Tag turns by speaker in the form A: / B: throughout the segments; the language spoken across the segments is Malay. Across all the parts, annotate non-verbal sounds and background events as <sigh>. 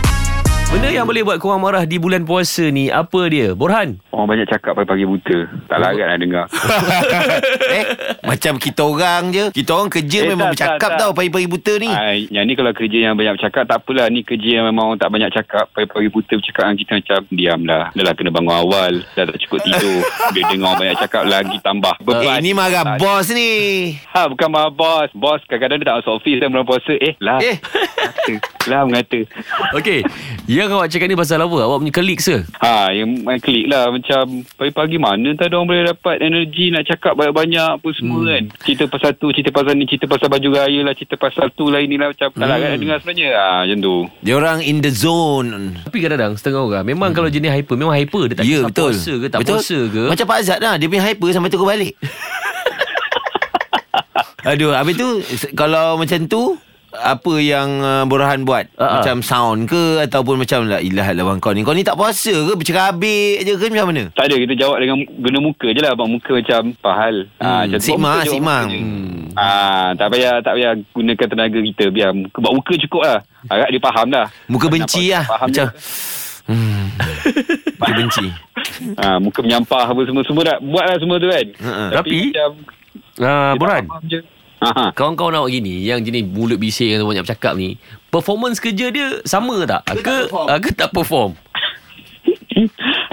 A: Benda yang boleh buat korang marah di bulan puasa ni Apa dia? Borhan
B: Orang banyak cakap pagi-pagi buta Tak larat lah dengar
C: <laughs> Eh, macam kita orang je. Kita orang kerja
B: Eh,
C: eh, memang
B: tak, tak,
C: bercakap
B: tak.
C: tau pagi-pagi buta ni.
B: ha, Yang ni kalau kerja yang banyak bercakap Tak apalah ni kerja yang memang orang tak banyak cakap Pagi-pagi buta bercakap dengan kita macam Diam lah Dah lah kena bangun awal Dah tak cukup
C: <laughs>
B: tidur Bila dengar orang banyak cakap Lagi tambah
C: Eh,
B: beban
C: ini marah bos ni.
B: Ha bukan marah bos Bos kadang-kadang dia tak masuk office Dan bulan puasa Eh lah
C: Eh,
B: Kata. Lah mengata
A: Okey Yang awak cakap ni pasal apa? Awak punya klik ke?
B: Ha yang main klik lah Macam pagi-pagi mana Tak ada orang boleh dapat energi Nak cakap banyak-banyak Apa semua hmm. kan Cerita pasal tu Cerita pasal ni Cerita pasal baju raya lah Cerita pasal tu lah Inilah macam Tak larat nak
C: Hmm.
B: dengar sebenarnya ha, Macam tu
C: dia orang in the zone.
A: Tapi kadang-kadang setengah orang Memang hmm. kalau jenis hyper Memang hyper Dia tak
C: Ya,
A: kisah
C: betul.
A: puasa ke tak
C: betul.
A: puasa ke
C: Macam Pak Azad lah. Dia punya hyper sampai terus
A: <laughs>
C: balik. Aduh, habis tu se- kalau macam tu apa yang uh, Borhan buat
A: Ah, ah.
C: uh-huh. Macam sound ke Ataupun macam lah, Ilah lah bang kau ni Kau ni tak puasa ke Bercerabik je ke Macam mana
B: Tak ada kita jawab dengan guna muka je lah abang muka macam pahal. Ha,
C: Hmm,
B: macam tu.
C: sik
B: Buat muka
C: mang, sik
B: je, buat muka
C: mang.
B: je. Ah, tak payah tak payah gunakan tenaga kita biar muka, buat muka cukup lah. Harap dia faham lah.
C: Muka benci
B: Nampak
C: lah
B: faham
C: Macam hmm, Muka benci
B: Ah, muka menyampah apa semua semua dah buat lah semua tu kan.
A: <laughs>
C: Ha-ha.
A: Tapi,
B: macam
A: Ah,
B: dia tak
A: Borhan
B: faham je. Ha
A: Kawan-kawan awak gini Yang jenis mulut bising Yang banyak bercakap ni Performance kerja dia Sama tak? Ke, ke, ah, ke tak perform?
B: <laughs>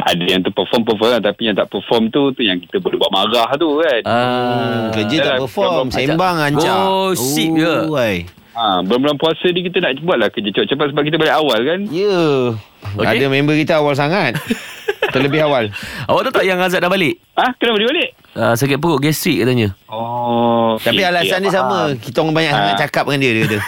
B: Ada yang tu perform perform lah, tapi yang tak perform tu tu yang kita boleh buat marah tu kan.
A: Ah,
C: Hmm, Kerja
B: Dah
C: tak
B: lah,
C: perform
B: bukan
C: Sembang ancak
A: Gosip Oh, je.
C: Uai.
B: Ha, bulan-bulan puasa ni kita nak buat lah kerja cepat-cepat sebab kita balik awal kan.
C: Ya yeah.
A: Okey.
C: okay. Ada member kita awal
B: <laughs>
C: sangat Terlebih awal
A: Awak tahu tak yang Azad dah balik?
B: Ha, kenapa dia balik?
A: Ah, sakit perut gastrik katanya
B: Oh.
C: Tapi
B: okey,
C: alasan dia
B: faham.
C: sama Kita orang banyak sangat
B: Ah.
C: cakap dengan dia Dia kata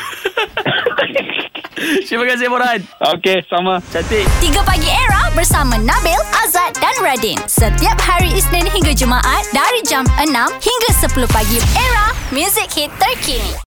A: Terima kasih Borhan
B: <laughs> Okey, sama.
A: Cantik
D: 3 Pagi Era bersama Nabil, Azad dan Radin. Setiap hari Isnin hingga Jumaat dari jam 6 hingga 10 pagi. Era, music hit terkini.